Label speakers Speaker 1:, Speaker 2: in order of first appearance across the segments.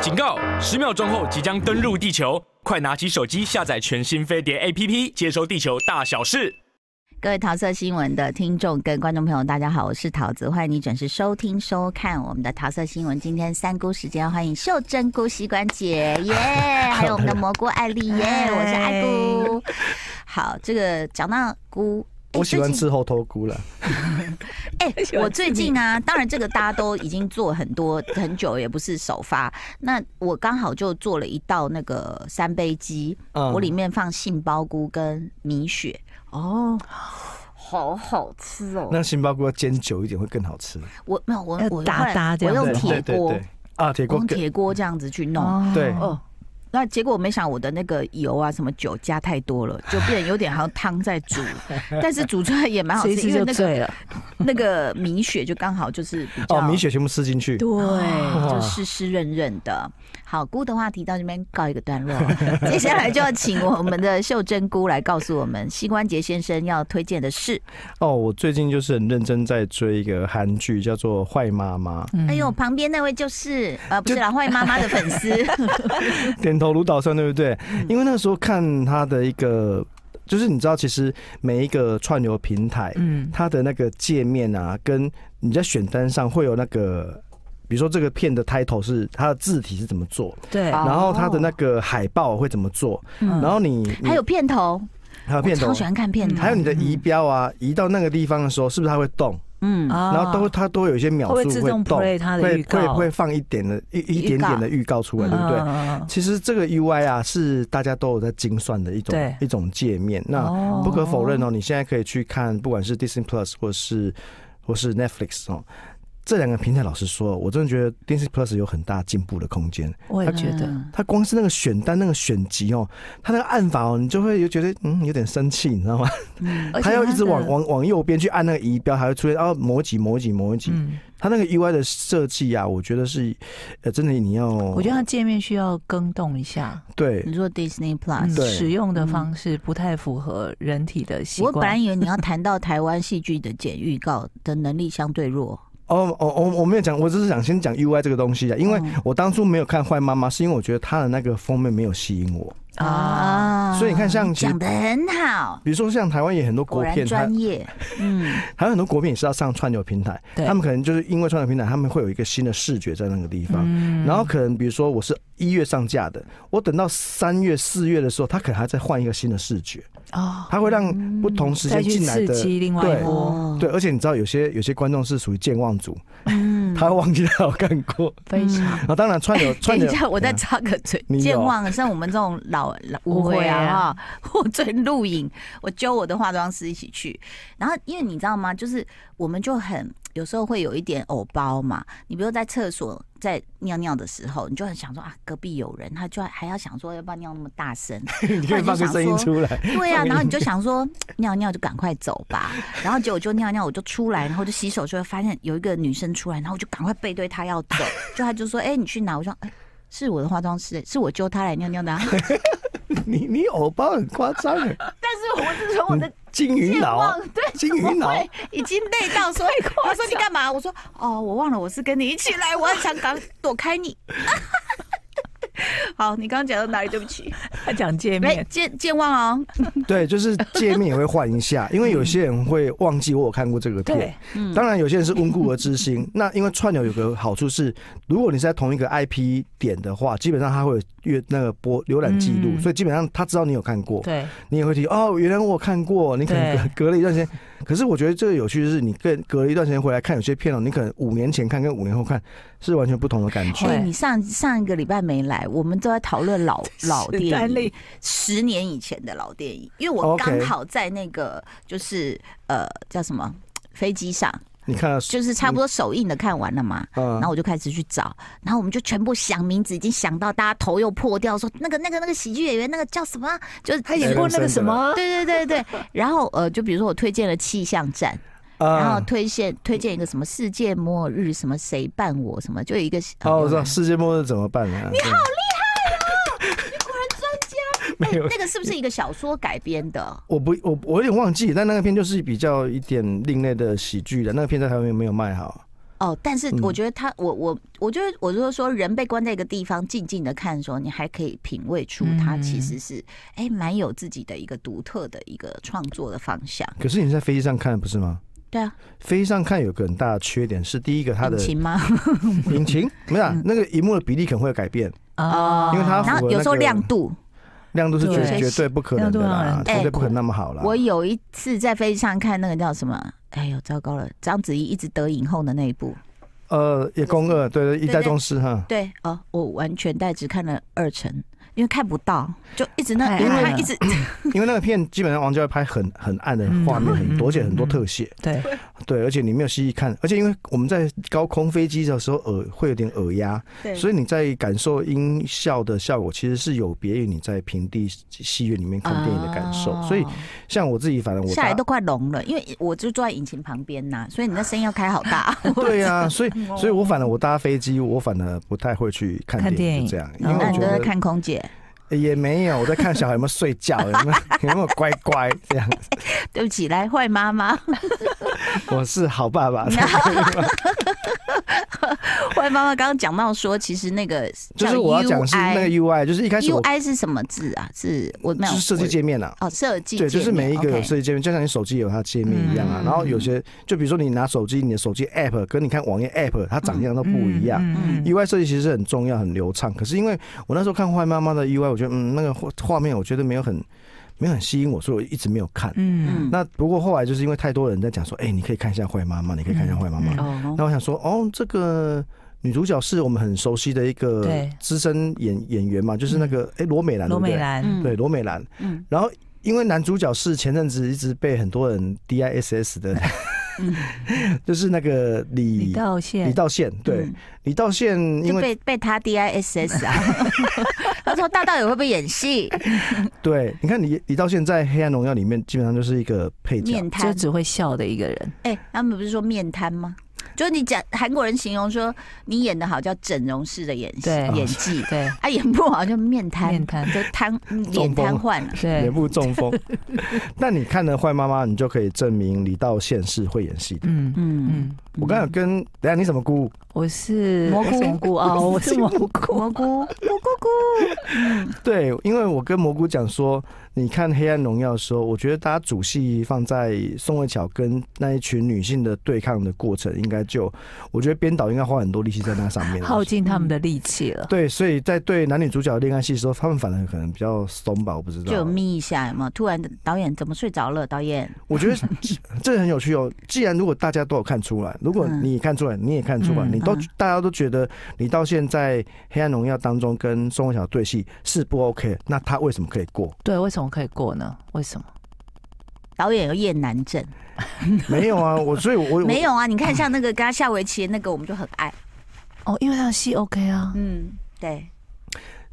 Speaker 1: 警告！十秒钟后即将登陆地球，快拿起手机下载全新飞碟 APP，接收地球大小事。
Speaker 2: 各位桃色新闻的听众跟观众朋友，大家好，我是桃子，欢迎你准时收听收看我们的桃色新闻。今天三姑时间，欢迎秀珍姑膝关节 耶，还有我们的蘑菇艾丽耶，我是艾姑。好，这个讲到菇，哎
Speaker 3: 我喜
Speaker 2: 最
Speaker 3: 欢
Speaker 2: 近
Speaker 3: 吃猴头菇了，
Speaker 2: 哎、我最近啊，当然这个大家都已经做很多很久，也不是首发。那我刚好就做了一道那个三杯鸡，
Speaker 3: 嗯
Speaker 2: 我里面放杏鲍菇跟米血，
Speaker 4: 哦，好好吃哦。
Speaker 3: 那杏鲍菇要煎久一点会更好吃。
Speaker 2: 我没有我
Speaker 4: 要
Speaker 2: 我
Speaker 4: 打
Speaker 2: 后来
Speaker 4: 打这
Speaker 2: 我
Speaker 4: 样
Speaker 2: 用哦
Speaker 3: 对
Speaker 2: 铁
Speaker 3: 对对
Speaker 2: 锅，
Speaker 3: 对啊，铁
Speaker 2: 我
Speaker 3: 锅
Speaker 2: 用
Speaker 3: 更
Speaker 2: 铁锅这样子去弄。
Speaker 3: 对
Speaker 4: 哦，
Speaker 2: 那结果没想我的那个油啊，什么酒加太多了，就变得有点好像汤在煮，但是煮出来也蛮好吃，
Speaker 4: 随时就
Speaker 2: 因为那个
Speaker 4: 醉了。
Speaker 2: 那个米血就刚好就是比较
Speaker 3: 哦，米血全部吃进去。
Speaker 2: 对，
Speaker 3: 哇
Speaker 2: 就湿湿润润的。好，菇的话题到这边告一个段落，接下来就要请我们的秀珍菇来告诉我们膝关节先生要推荐的事。
Speaker 3: 哦，我最近就是很认真在追一个韩剧，叫做《坏妈妈
Speaker 4: 嗯
Speaker 5: 嗯
Speaker 2: 哎呦，旁边那位就是呃，不是啦，坏妈妈的粉丝，》，嗯
Speaker 3: 点头如捣蒜，对不对？因为那时候看他的一个，就是你知道，其实每一个串流平台，
Speaker 4: 嗯，
Speaker 3: 它的那个界面啊，跟你在选单上会有那个。比如说这个片的 title 是它的字体是怎么做，
Speaker 4: 对，嗯
Speaker 2: 哦嗯
Speaker 3: 然后它的那个海报会怎么做，然后你你
Speaker 2: 还有片头，
Speaker 3: 还有片
Speaker 2: 我
Speaker 3: 头嗯
Speaker 2: 超喜欢看片头，
Speaker 3: 还有你的仪表啊，移到那个地方的时候，是不是它会动？
Speaker 2: 嗯，
Speaker 3: 然
Speaker 4: 然
Speaker 3: 后都它都会有一些秒
Speaker 4: 会不
Speaker 3: 数
Speaker 4: 会自
Speaker 3: 会
Speaker 4: 动
Speaker 3: 动，
Speaker 4: play 它的预
Speaker 3: 会会
Speaker 4: 告嗯
Speaker 3: 会放一点的一一
Speaker 2: 预
Speaker 3: 点
Speaker 2: 告
Speaker 3: 点的预告出来，对不对？
Speaker 4: 对？
Speaker 3: 其实这个 UI 啊，是大家都有在精算的一
Speaker 4: 对
Speaker 3: 种一种界面。那
Speaker 4: 那
Speaker 3: 不可否认哦，你现在可以去看，不管是 Disney Plus 或是或是 Netflix 哦，这两个平台，老实说，我真的觉得 Disney Plus 有很大进步的空间。
Speaker 4: 我也觉得，
Speaker 2: 嗯
Speaker 3: 它光是那个选单、那个选集哦，它那个按法哦，你就会觉得嗯有点生气，你知道吗？
Speaker 2: 嗯
Speaker 3: 他要一直往
Speaker 4: 的，
Speaker 3: 往往右边去按那个仪表，还会出现哦某几某几某几。
Speaker 4: 嗯，
Speaker 3: 他那个 UI 的设计啊，我觉得是，呃，真的你要，
Speaker 4: 我觉得它界面需要更动一下，
Speaker 3: 对
Speaker 2: 你说 Disney
Speaker 4: 嗯
Speaker 2: Plus，
Speaker 3: 对
Speaker 4: 使用的方式不太符合人体的习
Speaker 2: 我
Speaker 4: 惯。
Speaker 2: 本来以为你要谈到台湾戏剧的剪预告的能力相对弱，
Speaker 3: 哦哦哦，我没有讲，我只是想先讲 UI 这个东西啊，因为
Speaker 4: 哦
Speaker 2: 嗯
Speaker 3: 我当初没有看《坏妈妈》，是因为我觉得它的那个封面没有吸引我。
Speaker 4: 啊，
Speaker 3: 所以你看像其实
Speaker 2: 讲的很好，
Speaker 3: 比如说像台湾也很多
Speaker 2: 果
Speaker 3: 国
Speaker 2: 然
Speaker 3: 片，它
Speaker 2: 专业，嗯，
Speaker 3: 还有很多国片也是要上串流平台，
Speaker 4: 对
Speaker 3: 他们可能就是因为串流平台，他们会有一个新的视觉在那个地方。
Speaker 4: 嗯
Speaker 3: 然后可能比如说我是一月上架的，我等到三月、四月的时候，它可能还在换一个新的视觉，
Speaker 4: 哦，
Speaker 3: 它会
Speaker 2: 嗯
Speaker 3: 让不同时
Speaker 4: 再
Speaker 3: 间
Speaker 4: 去
Speaker 3: 进来
Speaker 4: 刺
Speaker 3: 的
Speaker 4: 激另外一
Speaker 3: 对
Speaker 4: 波，
Speaker 2: 哦
Speaker 3: 对，，而且你知道有些有些观众是属于健忘组，
Speaker 2: 嗯，
Speaker 3: 他会忘记他有看 过。
Speaker 2: 哦非常。
Speaker 4: 嗯
Speaker 3: 啊，当然 串流
Speaker 2: 等
Speaker 3: 串
Speaker 2: 一
Speaker 3: 流，
Speaker 2: 下，我再
Speaker 3: 嗯
Speaker 2: 插个嘴
Speaker 3: 你。有
Speaker 2: 健忘像我们这种老老误会啊哈，我最录影，我揪我的化妆师一起去，然后因为你知道吗，就是我们就很有时候会有一点偶包嘛。你比如在厕所在尿尿的时候，你就很想说啊，隔壁有人，他就还要想说要不要尿那么大声，
Speaker 3: 你可以放个声音出来，
Speaker 2: 对啊，
Speaker 3: 放
Speaker 2: 然后你
Speaker 3: 音
Speaker 2: 就想说尿尿就赶快走吧，然后结果就尿尿，我就出来，然后就洗手，就会发现有一个女生出来，然后我就赶快背对她要走，就她就说：“哎、你去哪？”我说：“哎、是我的化妆师，是我揪她来尿尿的、啊。
Speaker 3: 你你偶包很夸张哎，”
Speaker 2: 但是我是从 我的
Speaker 3: 金鱼
Speaker 2: 健
Speaker 3: 脑
Speaker 2: 忘，，对，
Speaker 3: 金鱼
Speaker 2: 我
Speaker 3: 脑，
Speaker 2: 会已经累到说，他说你干嘛？我说哦，我忘了我是跟你一起来，我很想赶躲开你。 好，你刚刚讲到哪里？对不起，
Speaker 4: 他讲界
Speaker 5: 哎
Speaker 2: 没
Speaker 4: 面，
Speaker 2: 健健忘哦，
Speaker 3: 对，就是界面也会换一下，因为有些人会忘记我有看过这个片
Speaker 4: 对。，
Speaker 2: 嗯
Speaker 3: 当然，有些人是温故而知新。 那因为串流有个好处是，如果你是在同一个 IP 点的话，基本上它会有阅那个播浏览记录，
Speaker 4: 嗯
Speaker 3: 所以基本上他知道你有看过，
Speaker 4: 对，
Speaker 3: 你也会提哦，原来我有看过。你可能
Speaker 4: 对
Speaker 3: 隔隔了一段时间，可是我觉得这个有趣的是，你隔隔了一段时间回来看有些片哦，你可能五年前看跟五年后看是完全不同的感觉。
Speaker 2: 哎、
Speaker 4: 对
Speaker 2: 你上上一个礼拜没来，我们都在讨论老老电影，十年以前的老电影，因为我
Speaker 3: OK
Speaker 2: 刚好在那个就是呃叫什么飞机上，
Speaker 3: 你看了，
Speaker 2: 就是差不多首映的看完了嘛。
Speaker 3: 嗯
Speaker 2: 然后我就开始去找，然后我们就全部想名字，已经想到大家头又破掉，说那个那个那个喜剧演员那个叫什么，啊就是
Speaker 4: 他
Speaker 3: 演
Speaker 4: 演
Speaker 3: 过
Speaker 4: 过
Speaker 3: 那
Speaker 4: 那
Speaker 3: 个
Speaker 4: 个
Speaker 3: 什
Speaker 4: 什
Speaker 3: 么
Speaker 4: 么？
Speaker 2: 对对对对。然后呃，就比如说我推荐了气象站，然后
Speaker 3: 啊，
Speaker 2: 推荐推荐一个什么世界末日什么谁伴我什么，就有一个呃
Speaker 3: 哦，
Speaker 2: 有
Speaker 3: 我知道
Speaker 2: 哪
Speaker 3: 世界末日怎么办啊呢？你好厉害哦，你果然专家。没有
Speaker 2: 那个是不是一个小说改编的？
Speaker 3: 我不，我我有点忘记，但那个片就是比较一点另类的喜剧的，那个片在台湾有没有卖好？
Speaker 2: 哦，但是
Speaker 3: 嗯
Speaker 2: 我觉得他，我我我觉得，我就是说，人被关在一个地方，静静的看的时候，你还可以品味出他
Speaker 3: 嗯
Speaker 2: 其实是哎蛮、有自己的一个独特的一个创作的方向。
Speaker 3: 可是你是在飞机上看不是吗？
Speaker 2: 对啊，
Speaker 3: 飞机上看有个很大的缺点是，第一个它的
Speaker 2: 引擎吗？嗯
Speaker 3: 引擎没有啊那个荧幕的比例可能会有改变，
Speaker 2: 哦
Speaker 3: 因为它符合
Speaker 2: 然后有时候
Speaker 3: 那个
Speaker 2: 亮度，
Speaker 3: 亮度是绝
Speaker 2: 对
Speaker 3: 绝对不可能的
Speaker 5: 亮度
Speaker 3: 啦
Speaker 5: 很，
Speaker 3: 绝对不可能那么好啦。
Speaker 2: 哎我有一次在飞机上看那个叫什么，哎呦糟糕了，章子怡一直得影后的那一部，
Speaker 3: 呃，也公二，对对，一代
Speaker 2: 对
Speaker 3: 宗 师哈。
Speaker 2: 对哦，我完全带只看了二成，因为看不到，就一直那
Speaker 5: 太
Speaker 2: 因为
Speaker 5: 暗
Speaker 2: 他
Speaker 5: 了
Speaker 2: 一直
Speaker 3: 因为那个片基本上王家卫拍很很暗的画面
Speaker 5: 嗯
Speaker 3: 很多，而且很多特写，
Speaker 5: 对，
Speaker 3: 对，而且你没有细细看，而且因为我们在高空飞机的时候耳会有点耳压，
Speaker 4: 对
Speaker 3: 所以你在感受音效的效果其实是有别于你在平地戏院里面看电影的感受，
Speaker 2: 哦
Speaker 3: 所以像我自己，反正我
Speaker 2: 下来
Speaker 3: 大
Speaker 2: 都快聋了，因为我就坐在引擎旁边呐、所以你那声音要开好 大。
Speaker 3: 对呀、所以所以我反正我搭飞机，我反而不太会去看
Speaker 5: 看电
Speaker 3: 电影，
Speaker 5: 影
Speaker 3: 就这样，因为
Speaker 2: 嗯那
Speaker 3: 我
Speaker 2: 你
Speaker 3: 觉
Speaker 2: 都在
Speaker 3: 得
Speaker 2: 看空姐，
Speaker 3: 也没有我在看小孩有没有睡觉，有没有 有没有乖乖这样，
Speaker 2: 对不起，来坏妈妈，
Speaker 3: 我是好爸爸。
Speaker 2: 坏妈妈刚刚讲到说，其实那个
Speaker 3: 就是我要讲的是那个 UI，就是一开始
Speaker 2: U
Speaker 3: 我
Speaker 2: I 是什么字啊？是我没
Speaker 3: 就
Speaker 2: 有
Speaker 3: 是设计
Speaker 2: 我
Speaker 3: 界面啊。
Speaker 2: 哦，设计
Speaker 3: 对，
Speaker 2: 界
Speaker 3: 就是每一个
Speaker 2: 面
Speaker 3: 有
Speaker 2: ，OK
Speaker 3: 设计界面，就像你手机有它的界面一样啊。
Speaker 2: 嗯
Speaker 3: 然后有些，就比如说你拿手机，你的手机 App 跟你看网页 App，它长相都不一样。
Speaker 5: 嗯
Speaker 3: UI 设计其实是很重要、很流畅，可是因为我那时候看坏妈妈的 UI，我觉得嗯，那个画画面我觉得没有很没有很吸引我，所以我一直没有看。
Speaker 5: 嗯，
Speaker 3: 那不过后来就是因为太多人在讲说，哎、你可以看一下坏妈妈，你可以看一下坏妈妈。
Speaker 2: 哦，
Speaker 3: 那我想说，哦，这个女主角是我们很熟悉的一个
Speaker 5: 对
Speaker 3: 资深演演员嘛，就是那个哎罗、美兰，
Speaker 5: 罗美
Speaker 3: 对不
Speaker 5: 兰，
Speaker 2: 嗯
Speaker 3: 对对罗美兰。
Speaker 2: 嗯
Speaker 3: 然后因为男主角是前阵子一直被很多人 DISS 的，
Speaker 2: 嗯
Speaker 3: 就是那个
Speaker 5: 李
Speaker 3: 李
Speaker 5: 道宪，
Speaker 3: 李道宪，对、
Speaker 2: 嗯
Speaker 3: 李道宪，因
Speaker 2: 就
Speaker 3: 为
Speaker 2: 被被他 D I S S 啊，他说大道也会不会演戏？
Speaker 3: 对，你看李李道宪在《黑暗荣耀》里面基本上就是一个配角，
Speaker 2: 面
Speaker 5: 就
Speaker 2: 瘫，
Speaker 5: 只会笑的一个人，
Speaker 2: 哎、他们不是说面瘫吗？就是你讲韩国人形容说你演的好叫整容式的演戏
Speaker 5: 对
Speaker 2: 演技，
Speaker 5: 对，
Speaker 2: 啊演不好就面瘫，
Speaker 5: 面瘫
Speaker 2: 就 瘫嗯脸
Speaker 3: 中风
Speaker 2: 瘫痪了。
Speaker 5: 对
Speaker 3: 脸，部中风。那你看了《坏妈妈》，你就可以证明李道宪是会演戏的。
Speaker 5: 嗯
Speaker 2: 嗯，
Speaker 5: 嗯，
Speaker 3: 我刚才有跟等一下你怎么估？
Speaker 5: 我是
Speaker 2: 蘑菇
Speaker 5: 蘑菇哦，我是蘑菇，
Speaker 2: 蘑菇蘑菇菇，
Speaker 3: 对，因为我跟蘑菇讲说，你看《黑暗荣耀》的时候，我觉得大家主戏放在宋慧乔跟那一群女性的对抗的过程，应该就我觉得编导应该花很多力气在那上面了。
Speaker 5: 耗尽他们的嗯力气了。
Speaker 3: 对，所以在对男女主角的恋爱戏的时候，他们反而可能比较松吧，我不知
Speaker 2: 就
Speaker 3: 道。
Speaker 2: 眯一下，有没有？突然导演怎么睡着了？导演，
Speaker 3: 我觉得这 很有趣哦。既然如果大家都有看出来，如果
Speaker 2: 嗯
Speaker 3: 你也看出来，你也看出来，
Speaker 5: 嗯
Speaker 3: 你都
Speaker 2: 嗯
Speaker 3: 大家都觉得你到现在《黑暗荣耀》当中跟宋慧乔对戏是不 OK，的那他为什么可以过？
Speaker 5: 对，为什么可以过呢？为什么？
Speaker 2: 导演有厌男症？
Speaker 3: 没有啊，我所以我，我 啊
Speaker 2: 没有啊？你看像那个跟他下围棋的那个，我们就很爱。
Speaker 5: 哦，因为他的戏 OK 啊，
Speaker 2: 嗯，对。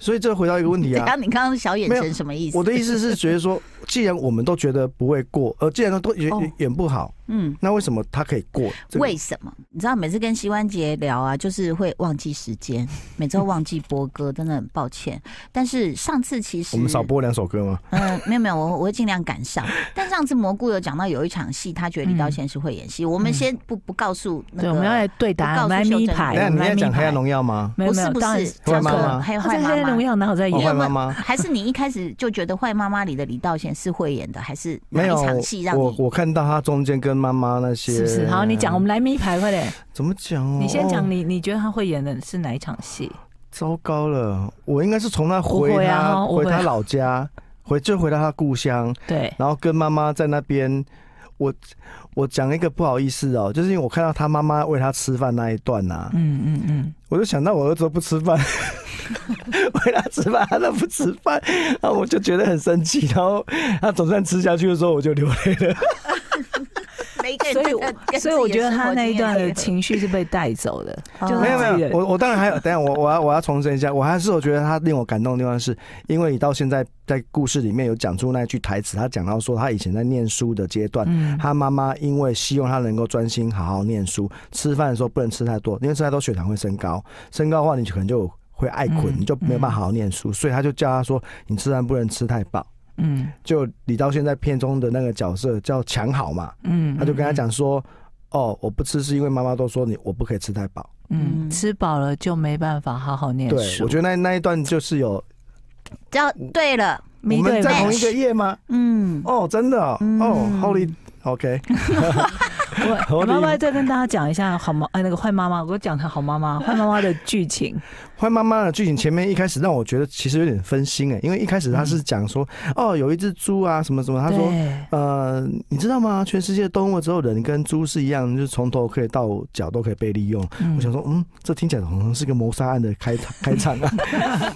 Speaker 3: 所以这回到一个问题
Speaker 2: 然
Speaker 3: 啊
Speaker 2: 后，你刚刚小眼
Speaker 3: 没
Speaker 2: 神
Speaker 3: 有
Speaker 2: 什么意思？
Speaker 3: 我的意思是觉得说，既然我们都觉得不会过，呃，既然都演
Speaker 5: 哦
Speaker 3: 演不好，
Speaker 2: 嗯，
Speaker 3: 那为什么他可以过？这个
Speaker 2: 为什么？你知道每次跟膝关节聊啊，就是会忘记时间，每周忘记播歌，真的很抱歉。但是上次其实
Speaker 3: 我们少播两首歌吗？
Speaker 2: 嗯，没有没有，我我会尽量赶上。但上次蘑菇有讲到有一场戏，他觉得李道宪是会演戏，我们先不不告诉那
Speaker 5: 对，
Speaker 2: 个，
Speaker 5: 我们要来对答案，我
Speaker 2: 不告
Speaker 5: 们
Speaker 2: 诉
Speaker 5: 来
Speaker 2: 秀珍
Speaker 5: 咪
Speaker 3: 等
Speaker 5: 牌，
Speaker 3: 一下
Speaker 5: 我
Speaker 3: 哎你
Speaker 5: 们来
Speaker 3: 在
Speaker 5: 咪
Speaker 3: 讲《黑
Speaker 5: 牌
Speaker 3: 暗。荣耀》吗？
Speaker 5: 没有
Speaker 2: 不
Speaker 5: 没
Speaker 2: 是
Speaker 5: 有，
Speaker 2: 不
Speaker 5: 当然
Speaker 2: 是，
Speaker 5: 当
Speaker 3: 坏
Speaker 5: 然
Speaker 3: 妈妈
Speaker 2: 还有
Speaker 5: 他
Speaker 2: 坏
Speaker 5: 在《
Speaker 2: 妈
Speaker 5: 黑暗荣
Speaker 2: 妈。
Speaker 5: 耀》，然后在
Speaker 3: 哦，
Speaker 5: 演
Speaker 3: 坏妈妈。
Speaker 2: 还是你一开始就觉得《坏妈妈》里的李道宪是会演的，还是哪
Speaker 3: 没
Speaker 2: 一
Speaker 3: 有
Speaker 2: 场戏让，
Speaker 3: 我
Speaker 2: 你？
Speaker 3: 我看到他中间跟妈妈那些，
Speaker 5: 是不是？好，你讲，我们来咪牌，快点！
Speaker 3: 怎么讲哦？
Speaker 5: 你先讲
Speaker 3: 哦，
Speaker 5: 你，你觉得他会演的是哪一场戏？
Speaker 3: 糟糕了，我应该是从他
Speaker 5: 不
Speaker 3: 回
Speaker 5: 会啊
Speaker 3: 他
Speaker 5: 哈
Speaker 3: 回
Speaker 5: 不
Speaker 3: 他
Speaker 5: 会
Speaker 3: 老家，回就回到他故乡，
Speaker 5: 对，
Speaker 3: 然后跟妈妈在那边，我我讲一个不好意思哦，就是因为我看到他妈妈喂他吃饭那一段呐、啊，
Speaker 5: 嗯嗯嗯，
Speaker 3: 我就想到我儿子都不吃饭， 喂他吃饭他都不吃饭，然后我就觉得很生气，然后他总算吃下去的时候我就流泪了。
Speaker 2: 每一个人
Speaker 5: 所
Speaker 2: 真的
Speaker 5: 以
Speaker 2: 哎跟
Speaker 5: 所以我觉得他那一段
Speaker 2: 自己的生活
Speaker 5: 的
Speaker 2: 经验
Speaker 5: 情绪是被带走 的，
Speaker 2: 哦
Speaker 5: 就是
Speaker 3: 没有
Speaker 5: 自
Speaker 3: 没
Speaker 5: 己
Speaker 3: 有
Speaker 5: 的，
Speaker 3: 我我当然还有，等一下我我要我要重申一下，我还是我觉得他令我感动的地方是，因为你到现在在故事里面有讲出那句台词，他讲到说他以前在念书的阶段，
Speaker 5: 嗯
Speaker 3: 他妈妈因为希望他能够专心好好念书，吃饭的时候不能吃太多，因为吃太多血糖会升高，升高的话你可能就会爱困，
Speaker 5: 嗯
Speaker 3: 你就没有办法好好念书，所以他就叫他说你吃饭不能吃太饱。
Speaker 5: 嗯
Speaker 3: 就李道宪在片中的那个角色叫强好嘛，
Speaker 5: 嗯，
Speaker 3: 他就跟他讲说。哦，我不吃是因为妈妈都说你我不可以吃太饱。
Speaker 5: 嗯，
Speaker 2: 嗯
Speaker 5: 吃饱了就没办法好好念
Speaker 3: 对，
Speaker 5: 书。
Speaker 3: 我觉得那那一段就是有
Speaker 2: 叫对了，
Speaker 3: 我
Speaker 5: 没对
Speaker 3: 们在
Speaker 5: 吧
Speaker 3: 同一个夜吗？
Speaker 2: 嗯，
Speaker 3: 哦，真的哦，
Speaker 2: 嗯
Speaker 3: 哦，Holy OK，
Speaker 5: 我
Speaker 3: 我的
Speaker 5: 妈妈再跟大家讲一下好妈哎那个坏妈妈，我讲她好妈妈坏妈妈的剧 情，
Speaker 3: 坏妈妈的剧情前面一开始让我觉得其实有点分心哎，因为一开始他是讲说，
Speaker 2: 嗯
Speaker 3: 哦，有一只猪啊什么什么，他说。
Speaker 5: 对
Speaker 3: 呃，你知道吗？全世界动物只有人跟猪是一样，就是从头可以到脚都可以被利用。
Speaker 5: 嗯
Speaker 3: 我想说，嗯，这听起来好像是个谋杀案的开 场开场啊。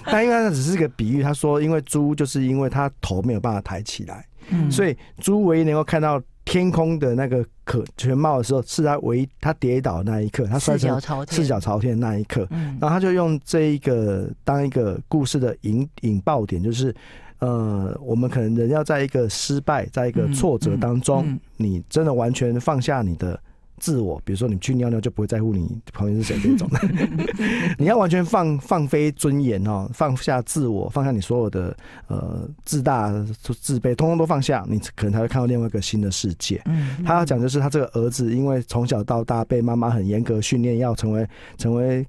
Speaker 3: 但因为它只是个比喻，他说，因为猪就是因为它头没有办法抬起来，
Speaker 5: 嗯
Speaker 3: 所以猪唯一能够看到天空的那个可全貌的时候，是它唯一它跌倒的那一刻，它摔
Speaker 2: 四
Speaker 3: 成
Speaker 2: 脚朝天，
Speaker 3: 四脚朝天的那一刻。
Speaker 5: 嗯
Speaker 3: 然后他就用这一个当一个故事的引引爆点，就是呃，我们可能人要在一个失败、在一个挫折当中，
Speaker 5: 嗯嗯嗯
Speaker 3: 你真的完全放下你的。自我，比如说你去尿尿就不会在乎你旁边是 谁这种，你要完全放放飞尊严哦，放下自我，放下你所有的呃自大、自卑，通通都放下，你可能才会看到另外一个新的世界。
Speaker 5: 嗯
Speaker 3: 他要讲就是他这个儿子，因为从小到大被妈妈很严格训练，要成为成为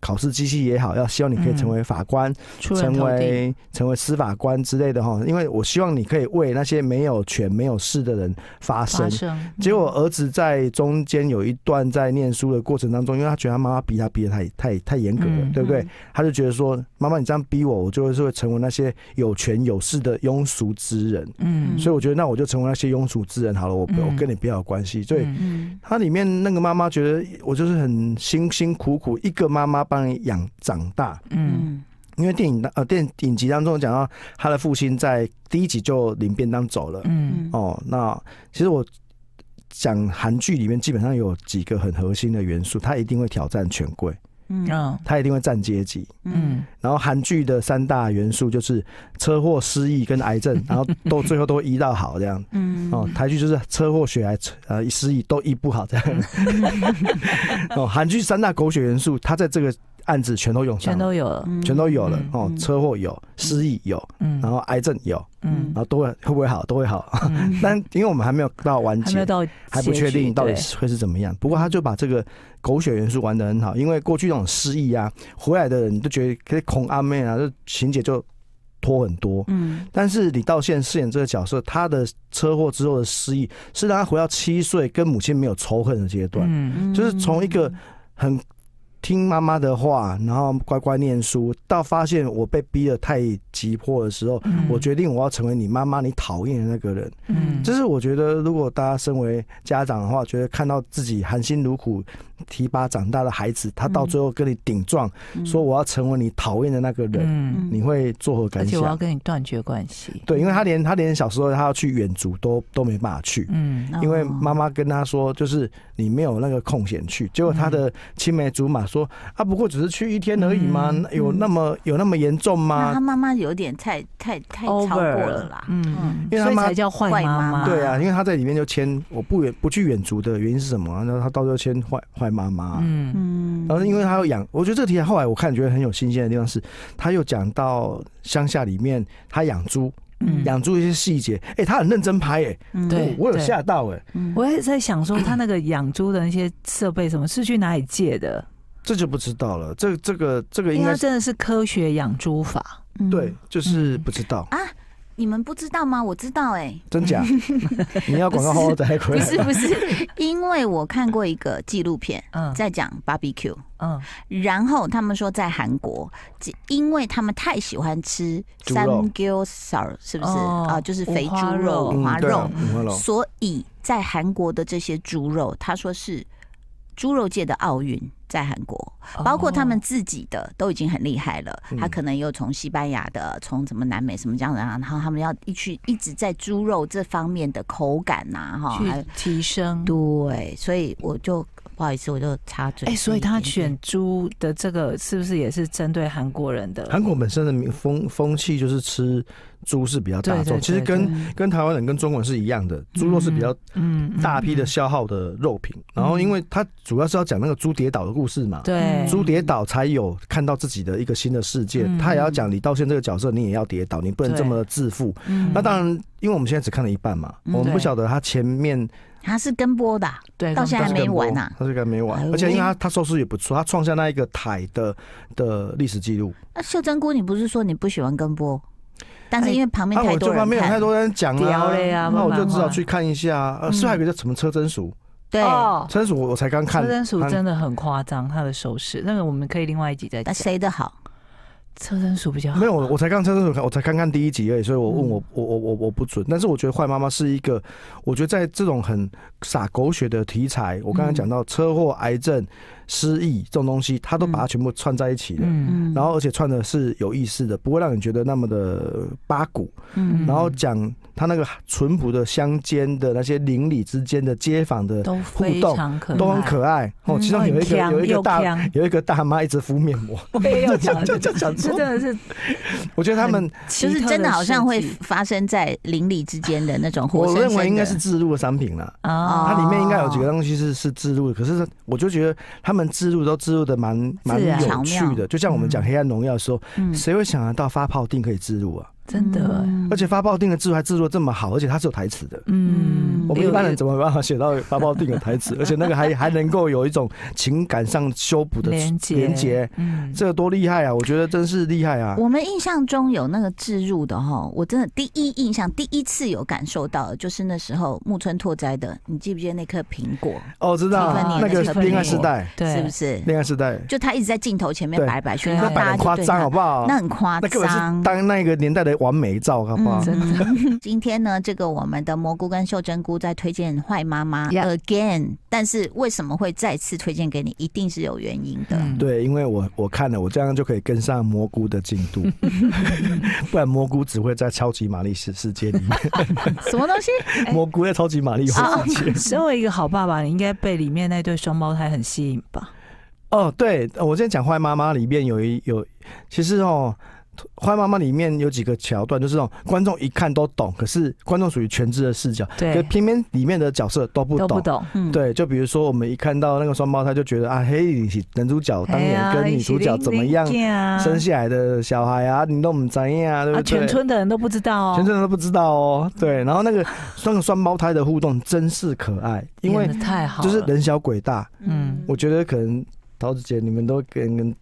Speaker 3: 考试机器也好，要希望你可以成为法官、
Speaker 5: 嗯出人
Speaker 3: 成
Speaker 5: 头地，
Speaker 3: 为成为司法官之类的哈。因为我希望你可以为那些没有权没有势的人发声
Speaker 5: 发。生
Speaker 3: 结果儿子在中间有一段在念书的过程当中，因为他觉得他妈妈逼他逼得太太太严格了，
Speaker 5: 嗯
Speaker 3: 对不对
Speaker 2: 嗯？
Speaker 3: 他就觉得说，妈妈你这样逼我，我就会是会成为那些有权有势的庸俗之人。
Speaker 5: 嗯
Speaker 3: 所以我觉得，那我就成为那些庸俗之人好了，我不、
Speaker 5: 嗯
Speaker 3: 我跟你比较有关系。所以
Speaker 5: 嗯
Speaker 2: 嗯
Speaker 3: 它里面那个妈妈觉得我就是很辛辛苦苦一个妈妈帮你养长大，
Speaker 5: 嗯
Speaker 2: 嗯
Speaker 3: 因为电影当呃电影集当中讲到他的父亲在第一集就领便当走了、
Speaker 5: 嗯
Speaker 2: 嗯，
Speaker 3: 哦，那其实我。讲韩剧里面基本上有几个很核心的元素，他一定会挑战权贵，
Speaker 2: 嗯
Speaker 5: 嗯
Speaker 3: 他一定会占阶级。
Speaker 2: 嗯，
Speaker 5: 嗯
Speaker 3: 然后韩剧的三大元素就是车祸、失忆跟癌症，然后都最后都会医到好这样。
Speaker 2: 嗯
Speaker 3: 哦，台剧就是车祸、血癌、呃失忆都医不好这样。 哦，韩剧三大狗血元素，它在这个案子全都用
Speaker 5: 全
Speaker 3: 上了，
Speaker 5: 都有了，
Speaker 3: 全都有了
Speaker 5: 嗯。
Speaker 3: 哦
Speaker 2: 嗯，
Speaker 3: 车祸有，失忆有，
Speaker 5: 嗯
Speaker 3: 然后癌症有，
Speaker 5: 嗯
Speaker 3: 然后都会会不会好，都 会好。
Speaker 5: 嗯
Speaker 3: 但因为我们还没有到完
Speaker 5: 还没有
Speaker 3: 结，
Speaker 5: 到
Speaker 3: 还不
Speaker 5: 结
Speaker 3: 确
Speaker 5: 局
Speaker 3: 定到底
Speaker 5: 对
Speaker 3: 是会是怎么样。不过他就把这个狗血元素玩得很好，因为过去那种失忆啊，回来的人就觉得可以恐阿妹啊，就情节就拖很多。
Speaker 2: 嗯
Speaker 3: 但是李道宪饰演这个角色，他的车祸之后的失忆，是让他回到七岁跟母亲没有仇恨的阶段，
Speaker 5: 嗯
Speaker 3: 就是从一个很听妈妈的话，然后乖乖念书，到发现我被逼得太急迫的时候，
Speaker 5: 嗯
Speaker 3: 我决定我要成为你妈妈你讨厌的那个人。
Speaker 5: 嗯
Speaker 3: 就是我觉得，如果大家身为家长的话，觉得看到自己含辛茹苦提拔长大的孩子，他
Speaker 5: 嗯
Speaker 3: 到最后跟你顶撞，
Speaker 2: 嗯
Speaker 3: 说我要成为你讨厌的那个人，
Speaker 5: 嗯，
Speaker 3: 你会作何
Speaker 5: 而
Speaker 3: 感
Speaker 5: 且
Speaker 3: 想
Speaker 5: 我？要跟你断绝关系，
Speaker 3: 对，因为他连他连小时候他要去远足都都没办法去，
Speaker 5: 嗯
Speaker 3: 因为
Speaker 2: 哦
Speaker 3: 妈妈跟他说，就是你没有那个空闲去。结果他
Speaker 5: 嗯
Speaker 3: 的青梅竹马说啊，不过只是去一天而已嘛，
Speaker 5: 嗯
Speaker 3: 有那么有那么严重
Speaker 2: 那他
Speaker 3: 吗？
Speaker 2: 妈妈有点太太太超过
Speaker 5: over
Speaker 2: 了啦，
Speaker 5: 嗯
Speaker 2: 嗯，
Speaker 3: 因为他
Speaker 5: 所以
Speaker 3: 妈
Speaker 5: 才叫坏
Speaker 2: 坏
Speaker 5: 妈
Speaker 2: 妈
Speaker 5: 妈，
Speaker 2: 妈
Speaker 3: 对啊，因为他在里面就签我不远不去远足的原因是什么啊？然后他到最后签坏坏妈妈。
Speaker 5: 嗯
Speaker 2: 嗯
Speaker 3: 然后，因为他要养，我觉得这个题材后来我看觉得很有新鲜的地方是，他又讲到乡下里面他养猪，
Speaker 5: 嗯，
Speaker 3: 养猪一些细节，哎、他很认真拍、哎、
Speaker 5: 对
Speaker 3: 我有吓到、哎，
Speaker 2: 嗯
Speaker 5: 我也在想说，他那个养猪的那些设备什么是去哪里借的？
Speaker 3: 这就不知道了。这这个这个
Speaker 5: 因
Speaker 3: 应
Speaker 5: 为嗯
Speaker 3: 该
Speaker 5: 它
Speaker 3: 是。
Speaker 5: 真的是科学养猪法，
Speaker 3: 对，就是不知道，
Speaker 2: 嗯你们不知道吗？我知道哎，
Speaker 3: 真 假？你要广告好好再回
Speaker 2: 不
Speaker 3: 来。
Speaker 2: 是不 是，因为我看过一个纪录片，
Speaker 5: 嗯
Speaker 2: 在讲 barbecue，
Speaker 5: 嗯
Speaker 2: 然后他们说在韩国，只因为他们太喜欢吃
Speaker 3: 猪
Speaker 2: s a
Speaker 3: 肉
Speaker 2: m g y o s a r 是不是
Speaker 5: 哦
Speaker 2: 啊？就是肥
Speaker 5: 五花
Speaker 2: 猪
Speaker 5: 肉
Speaker 2: 肉、五花
Speaker 3: 对
Speaker 2: 肉
Speaker 3: 啊，五花肉，
Speaker 2: 所以在韩国的这些猪肉，他说是猪肉界的奥运，在韩国， 包括他们自己的都已经很厉害了。他
Speaker 3: 哦嗯
Speaker 2: 可能又从西班牙的，从什么南美什么这样的啊，然后他们要一去一直在猪肉这方面的口感呐，哈，哦还
Speaker 5: 哦去提升。
Speaker 2: 对，所以我就不好意思，我就插嘴。
Speaker 5: 哎、所以他选猪的这个是不是也是针对韩国人的？
Speaker 3: 韩国本身的民风风气就是吃猪是比较大
Speaker 5: 对对
Speaker 3: 众，
Speaker 5: 对
Speaker 3: 其实跟
Speaker 2: 嗯
Speaker 5: 对
Speaker 3: 跟台湾人跟中国人是一样的，猪肉是比较
Speaker 5: 嗯
Speaker 3: 大批的
Speaker 5: 嗯
Speaker 3: 消耗的肉品。然后，因为它主要是要讲那个猪跌倒的故事嘛。
Speaker 5: 对
Speaker 3: 猪跌倒才有看到自己的一个新的世界
Speaker 5: 嗯，
Speaker 3: 他也要讲李道宪这个角色，你也要跌倒，你不能
Speaker 5: 对
Speaker 3: 这么自负。
Speaker 5: 嗯
Speaker 3: 那当然，因为我们现在只看了一半嘛，
Speaker 2: 嗯
Speaker 3: 我们不
Speaker 5: 对
Speaker 3: 晓得他前面
Speaker 2: 他是跟播的啊、
Speaker 5: 对，
Speaker 2: 到现在还
Speaker 3: 他是
Speaker 2: 没
Speaker 3: 跟播
Speaker 2: 完啊
Speaker 3: 他是跟没
Speaker 2: 哎
Speaker 3: 完，
Speaker 2: 呦
Speaker 3: 而且因为他他收视也不错，他创下那一个台的的历史记录。
Speaker 2: 那秀珍姑，你不是说你不喜欢跟播，但是
Speaker 5: 哎
Speaker 2: 因为旁边
Speaker 3: 那
Speaker 2: 太
Speaker 3: 啊我
Speaker 2: 多
Speaker 3: 就
Speaker 2: 人看，
Speaker 3: 怕没有太多人讲
Speaker 5: 屌了呀
Speaker 3: 啊，那我
Speaker 5: 慢慢
Speaker 3: 就只好
Speaker 5: 换
Speaker 3: 去看一下
Speaker 2: 嗯
Speaker 3: 啊。呃，是不是还有一个叫什么车真淑，
Speaker 2: 对，
Speaker 5: 哦，
Speaker 3: 车真淑我我才刚看，
Speaker 5: 车真鼠
Speaker 3: 他
Speaker 5: 真的很夸张，他的手势，那个我们可以另外一集再
Speaker 2: 那
Speaker 5: 讲。
Speaker 2: 谁的好？
Speaker 5: 车真鼠比较好
Speaker 3: 没有，我才刚真正我才刚看第一集而已，所以我问
Speaker 5: 嗯
Speaker 3: 我、我我我我不准。但是我觉得《坏妈妈》是一个，我觉得在这种很洒狗血的题材，我刚才
Speaker 5: 嗯
Speaker 3: 讲到车祸、癌症、失忆这种东西，它都把它全部串在一起了。
Speaker 5: 嗯
Speaker 2: 嗯，
Speaker 3: 然后，而且串的是有意思的，不会让你觉得那么的八股。
Speaker 2: 嗯
Speaker 5: 嗯
Speaker 3: 然后讲他那个淳朴的乡间的那些邻里之间的街坊的，
Speaker 5: 都非常可爱，
Speaker 3: 都很可爱。哦，
Speaker 5: 嗯
Speaker 3: 其中有一个
Speaker 5: 都很
Speaker 3: 有一个
Speaker 5: 又
Speaker 3: 大
Speaker 5: 强
Speaker 3: 有一个大妈一直敷面膜，
Speaker 5: 我也有讲，
Speaker 3: 就就讲
Speaker 5: 这
Speaker 3: 说
Speaker 5: 真，的 是
Speaker 3: 我觉得他们
Speaker 2: 就是真的
Speaker 5: 的
Speaker 2: 好像会
Speaker 5: 设计
Speaker 2: 发生在邻里之间的那种活生
Speaker 3: 我
Speaker 2: 生的。
Speaker 3: 认为应该是自入的商品啦。
Speaker 2: 哦
Speaker 5: 啊，
Speaker 3: 它里面应该有几个东西是是置入的，可是我就觉得他们置入都置入的蛮蛮
Speaker 5: 自然
Speaker 3: 有趣
Speaker 2: 巧
Speaker 3: 的，
Speaker 2: 妙
Speaker 3: 就像我们讲
Speaker 5: 嗯
Speaker 3: 黑暗荣耀的时候，
Speaker 2: 嗯
Speaker 3: 谁会想得到发泡定可以置入啊？
Speaker 5: 真的，
Speaker 2: 嗯
Speaker 3: 而且发泡定的置入还置入得这么好，而且它是有台词的。
Speaker 5: 嗯，
Speaker 3: 我们一般人
Speaker 5: 有
Speaker 3: 怎么有办法写到发泡定的台词？而且那个还还能够有一种情感上修补的
Speaker 5: 连接
Speaker 3: 连接，
Speaker 5: 嗯，
Speaker 3: 这个多厉害啊！我觉得真是厉害啊！
Speaker 2: 我们印象中有那个置入的哈，我真的第一印象第一次有感受到的，就是那时候木村拓哉的，你记不记得那颗苹果？
Speaker 3: 哦，知道
Speaker 2: 蒂
Speaker 3: 啊
Speaker 2: 芬尼
Speaker 3: 那
Speaker 2: 的
Speaker 3: 个
Speaker 2: 蒂芬尼
Speaker 3: 恋爱时代，
Speaker 5: 对，
Speaker 2: 是不是？
Speaker 3: 恋爱时代，
Speaker 2: 就他一直在镜头前面
Speaker 3: 对
Speaker 2: 摆来摆去，
Speaker 5: 对
Speaker 2: 然后
Speaker 3: 那
Speaker 5: 啊
Speaker 3: 摆
Speaker 2: 大
Speaker 3: 的
Speaker 2: 家
Speaker 3: 夸
Speaker 2: 就对
Speaker 3: 张好
Speaker 2: 他，
Speaker 3: 不好？
Speaker 2: 那很夸
Speaker 3: 那个我是
Speaker 2: 张。嗯
Speaker 3: 当那个年代的完美照，好不好？
Speaker 5: 真的，
Speaker 2: 今天呢，这个我们的蘑菇跟秀珍菇在推荐《坏妈妈
Speaker 5: Yeah.》
Speaker 2: again，但是为什么会再次推荐给你，一定是有原因的。
Speaker 5: 嗯，
Speaker 3: 对，因为我我看了，我这样就可以跟上蘑菇的进度， 不然蘑菇只会在超级玛丽世世界里面，
Speaker 2: 什么东西？
Speaker 3: 蘑菇在超级玛丽
Speaker 5: 哦
Speaker 2: 啊
Speaker 3: 世界。
Speaker 5: 身为一个好爸爸，你应该被里面那对双胞胎很吸引吧？
Speaker 3: 哦，对，呃我之前讲坏妈妈里面有一有，其实哦。坏妈妈里面有几个桥段，就是那种哦观众一看都懂，可是观众属于全知的视角，
Speaker 5: 对
Speaker 3: 可偏偏里面的角色都不
Speaker 5: 都
Speaker 3: 懂。
Speaker 5: 不懂，
Speaker 2: 嗯，
Speaker 3: 对，就比如说我们一看到那个双胞胎，就觉得啊，嘿，男主角哦
Speaker 5: 哎
Speaker 3: 当年跟女主角怎么样生下来的小孩啊，你都不知样啊，对不
Speaker 5: 啊，
Speaker 3: 对？
Speaker 5: 全村的人都不知道哦，
Speaker 3: 全村人都不知道哦。对，然后那个那个双胞胎的互动真是可爱，因为
Speaker 5: 演得太好了，
Speaker 3: 就是人小鬼大。
Speaker 5: 嗯
Speaker 3: 我觉得可能桃子姐你们都跟跟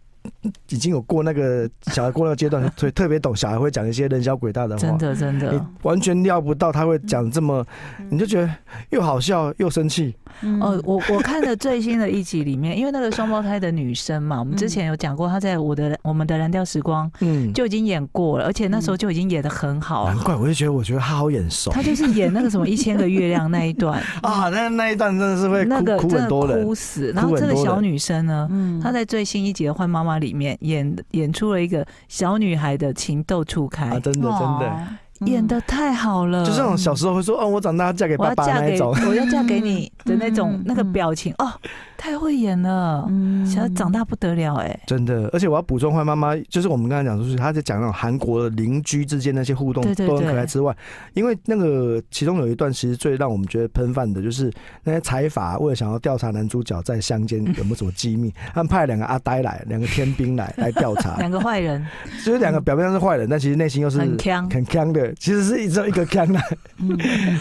Speaker 3: 已经有过那个小孩过那个阶段， 所以特别懂小孩会讲一些人小鬼大的
Speaker 5: 真
Speaker 3: 话。
Speaker 5: 的真
Speaker 3: 你
Speaker 5: 的。
Speaker 3: 完全料不到他会讲这么，
Speaker 5: 嗯
Speaker 3: 你就觉得又好笑又生气。
Speaker 2: 嗯
Speaker 5: 哦，我我看的最新的一集里面，因为 那个双胞胎的女生嘛，我们之前有讲过，她在我的我们的蓝调时光
Speaker 3: 嗯，
Speaker 5: 就已经演过了，而且那时候就已经演得很好
Speaker 3: 难
Speaker 5: 了。
Speaker 3: 怪我就觉得我觉得他好眼熟
Speaker 5: 她就是演那个什么一千个月亮那一段，
Speaker 3: 啊！那那一段真的是 会
Speaker 5: 那个
Speaker 3: 哭哭
Speaker 5: 真
Speaker 3: 很
Speaker 5: 的
Speaker 3: 多人
Speaker 5: 哭。死。然后这个
Speaker 3: 哭很多人
Speaker 5: 小女生呢，
Speaker 2: 嗯
Speaker 5: 她在最新一集的《换妈妈》里面演演出了一个小女孩的情窦初
Speaker 3: 啊，
Speaker 5: 开，
Speaker 3: 真的真的，
Speaker 2: 嗯
Speaker 5: 演的太好了，
Speaker 3: 就是那种小时候会说，哦，我长大要嫁给
Speaker 5: 我
Speaker 3: 爸
Speaker 5: 要
Speaker 3: 爸
Speaker 5: 嫁
Speaker 3: 那一
Speaker 5: 给
Speaker 3: 种，
Speaker 5: 我要嫁给你的那种
Speaker 2: 嗯
Speaker 5: 那个表情哦，太会演了，
Speaker 2: 嗯
Speaker 5: 小长大不得了哎，
Speaker 3: 真的。而且我要补充，坏妈妈就是我们刚才讲，就是她在讲那种韩国的邻居之间那些互动
Speaker 5: 对对
Speaker 3: 都很
Speaker 5: 对
Speaker 3: 可爱之外，因为那个其中有一段，其实最让我们觉得喷饭的就是那些财阀为了想要调查男主角在 乡间有没有什么机密，他们派了两个阿呆来，两个天 兵来来调查，
Speaker 5: 两个坏 人
Speaker 3: 就是两个表面上是坏人，但其实内心嗯又是
Speaker 5: 很强，嗯
Speaker 3: 很强的，其实是只有一个强的，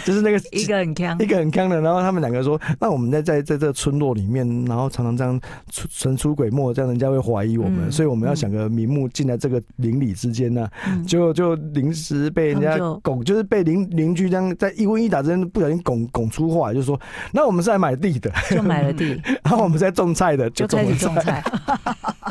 Speaker 3: 就是那个
Speaker 5: 一个很 强
Speaker 3: 一，个很刚的，然后他们两个说：“那我们在在在这个村落里面，然后常常这样出神出鬼没，这样人家会怀疑我们，
Speaker 5: 嗯
Speaker 3: 所以我们要想个名目进来这个邻里之间呢、
Speaker 2: 嗯
Speaker 3: 结果就临时被人
Speaker 5: 他
Speaker 3: 家
Speaker 5: 们就
Speaker 3: 拱，就是被邻邻居这样在一问一答之间不小心拱拱出话来，就说：那我们是来买地的，
Speaker 5: 就买了地，
Speaker 3: 然后我们是来种菜的，
Speaker 5: 就
Speaker 3: 种
Speaker 5: 嗯开
Speaker 3: 了
Speaker 5: 始种
Speaker 3: 菜。
Speaker 5: 菜，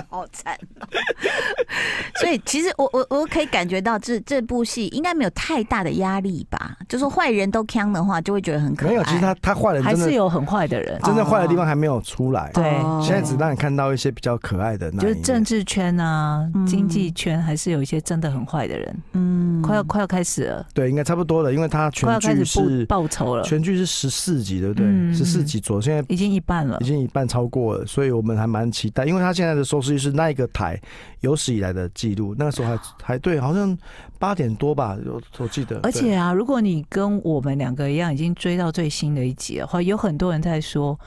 Speaker 2: 好惨哦、 所以其实我我我可以感觉到这这部戏应该没有太大的压力吧？就说坏人都呛的话，就会觉得很可爱。
Speaker 3: 没有，其实他他坏 人
Speaker 5: 还
Speaker 3: 真
Speaker 5: 是
Speaker 3: 的
Speaker 5: 有很坏的人，
Speaker 3: 真的坏的地方还没有出来，
Speaker 5: 对
Speaker 2: 哦
Speaker 3: 现在只让你看到一些比较可爱的那一
Speaker 5: 就是
Speaker 3: 面
Speaker 5: 政治圈啊
Speaker 2: 嗯、
Speaker 5: 经济圈，还是有一些真的很坏的人，
Speaker 2: 嗯
Speaker 5: 快要快要开始了，
Speaker 3: 对，应该差不多了，因为他
Speaker 5: 快
Speaker 3: 全
Speaker 5: 要开
Speaker 3: 剧
Speaker 5: 始
Speaker 3: 是
Speaker 5: 不报仇了，
Speaker 3: 全剧是十四集，对不对？
Speaker 5: 嗯
Speaker 3: 十四集左右，现在
Speaker 5: 已经一半了
Speaker 3: 已，经一半超过了，所以我们还蛮期待，因为它现在的收视率是那一个台有史以来的记录，那个时候还还对，好像八点多吧，我我记得。
Speaker 5: 而且
Speaker 3: 对
Speaker 5: 啊，如果你跟我们两个一样已经追到最新的一集的话，有很多人在说，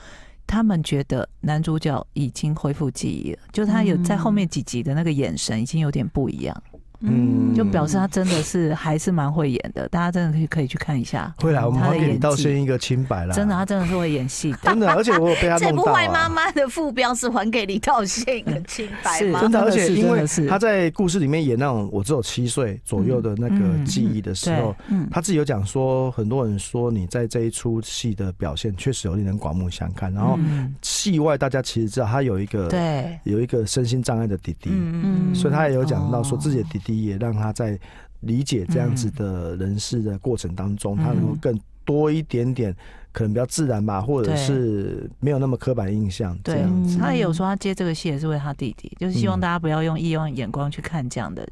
Speaker 5: 他们觉得男主角已经恢复记忆了，就他有在后面几集的那个眼神已经有点不一样。
Speaker 3: 嗯
Speaker 5: 就表示他真的是还是蛮会演的，大家真的可以可以去看一下，
Speaker 3: 会啦，我们
Speaker 5: 他的
Speaker 3: 会给你
Speaker 5: 演
Speaker 3: 道
Speaker 5: 技
Speaker 3: 歉一个清白啦。
Speaker 5: 真的他真的是会演戏的。
Speaker 3: 真的，而且我有被他
Speaker 2: 这
Speaker 3: 弄
Speaker 2: 部
Speaker 3: 到、
Speaker 2: 《坏妈
Speaker 3: 啊。
Speaker 2: 妈》的副标是还给李道宪一个清白
Speaker 5: 是
Speaker 2: 吗？
Speaker 3: 真的，而且
Speaker 5: 真的是
Speaker 3: 因
Speaker 5: 真
Speaker 3: 为
Speaker 5: 的是
Speaker 3: 他在故事里面演那种我只有七岁左右的那个
Speaker 5: 嗯
Speaker 3: 记忆的时候，
Speaker 2: 嗯，
Speaker 3: 他自己有讲说，很多人说你在这一出戏的表现确实有令人刮目相看。然后
Speaker 5: 嗯
Speaker 3: 戏外大家其实知道他有一个
Speaker 5: 对，
Speaker 3: 有一个身心障碍的弟弟，
Speaker 2: 嗯
Speaker 3: 所以他也有讲到说
Speaker 5: 哦
Speaker 3: 自己的弟弟也让他在理解这样子的人事的过程当中，他能够
Speaker 5: 嗯
Speaker 3: 更多一点点，可能比较自然吧，或者
Speaker 5: 对
Speaker 3: 是没有那么刻板印象这
Speaker 5: 对
Speaker 3: 样子。
Speaker 5: 他也有说他接这个戏也是为他弟弟，就是希望
Speaker 3: 嗯
Speaker 5: 大家不要用异样眼光去看这样的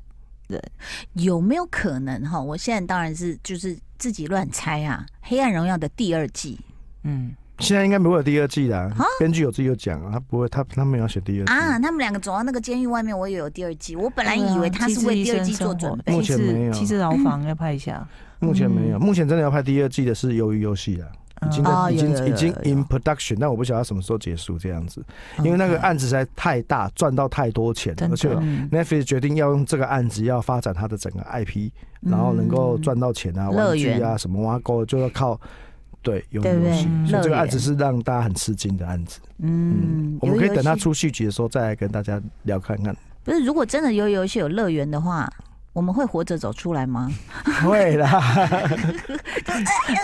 Speaker 5: 人。
Speaker 2: 有没有可能哈？我现在当然是就是自己乱猜啊，《黑暗荣耀》的第二季
Speaker 5: 嗯，
Speaker 3: 现在应该没有第二季啦
Speaker 2: 啊，
Speaker 3: 编剧有自己有讲啊，他不会，他他们要写第二季
Speaker 2: 啊，他们两个走到那个监狱外面，我也有第二季。我本来
Speaker 5: 对啊
Speaker 2: 以为他是为第二季
Speaker 5: 机智医生
Speaker 2: 做准备
Speaker 5: 生活
Speaker 3: 目前
Speaker 5: 机智
Speaker 3: 没有
Speaker 5: 机智牢房要拍一下，
Speaker 3: 目前没有，
Speaker 5: 嗯
Speaker 3: 目前真的要拍第二季的是《鱿鱼游戏》啦，嗯已经在、
Speaker 2: 哦
Speaker 3: 已
Speaker 2: 有
Speaker 3: 经
Speaker 2: 有有
Speaker 3: 已经
Speaker 2: 有
Speaker 3: in production，但我不晓得它什么时候结束这样子，因为那个案子实在太大，赚到太多钱，
Speaker 5: 真
Speaker 3: 而且
Speaker 5: 的。嗯
Speaker 3: Netflix 决定要用这个案子要发展它的整个 IP，然后能够赚到钱啊、
Speaker 2: 嗯
Speaker 3: 玩具
Speaker 2: 乐
Speaker 3: 啊、
Speaker 2: 园
Speaker 3: 什么挖沟，就要靠对鱿
Speaker 2: 对不
Speaker 3: 鱼游
Speaker 2: 对
Speaker 3: 戏，
Speaker 5: 嗯
Speaker 3: 所
Speaker 2: 乐
Speaker 3: 以这个
Speaker 2: 园
Speaker 3: 案子是让大家很吃惊的案子。
Speaker 2: 嗯，
Speaker 3: 我们可以
Speaker 2: 有
Speaker 3: 等它
Speaker 2: 游戏
Speaker 3: 出续集的时候再来跟大家聊看看。
Speaker 2: 不是，如果真的有游戏有乐园的话，我们会活着走出来 吗？
Speaker 3: 会啦，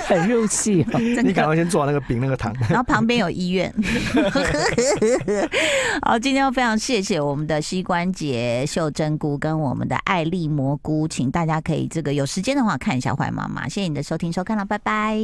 Speaker 5: 很入戏哦。
Speaker 3: 你赶快先做好那个饼那个糖。
Speaker 2: 然后旁边有医院。 好，今天要非常谢谢我们的膝关节袖珍菇跟我们的艾丽蘑菇，请大家可以这个有时间的话看一下坏妈妈。谢谢你的收听收看了，拜拜。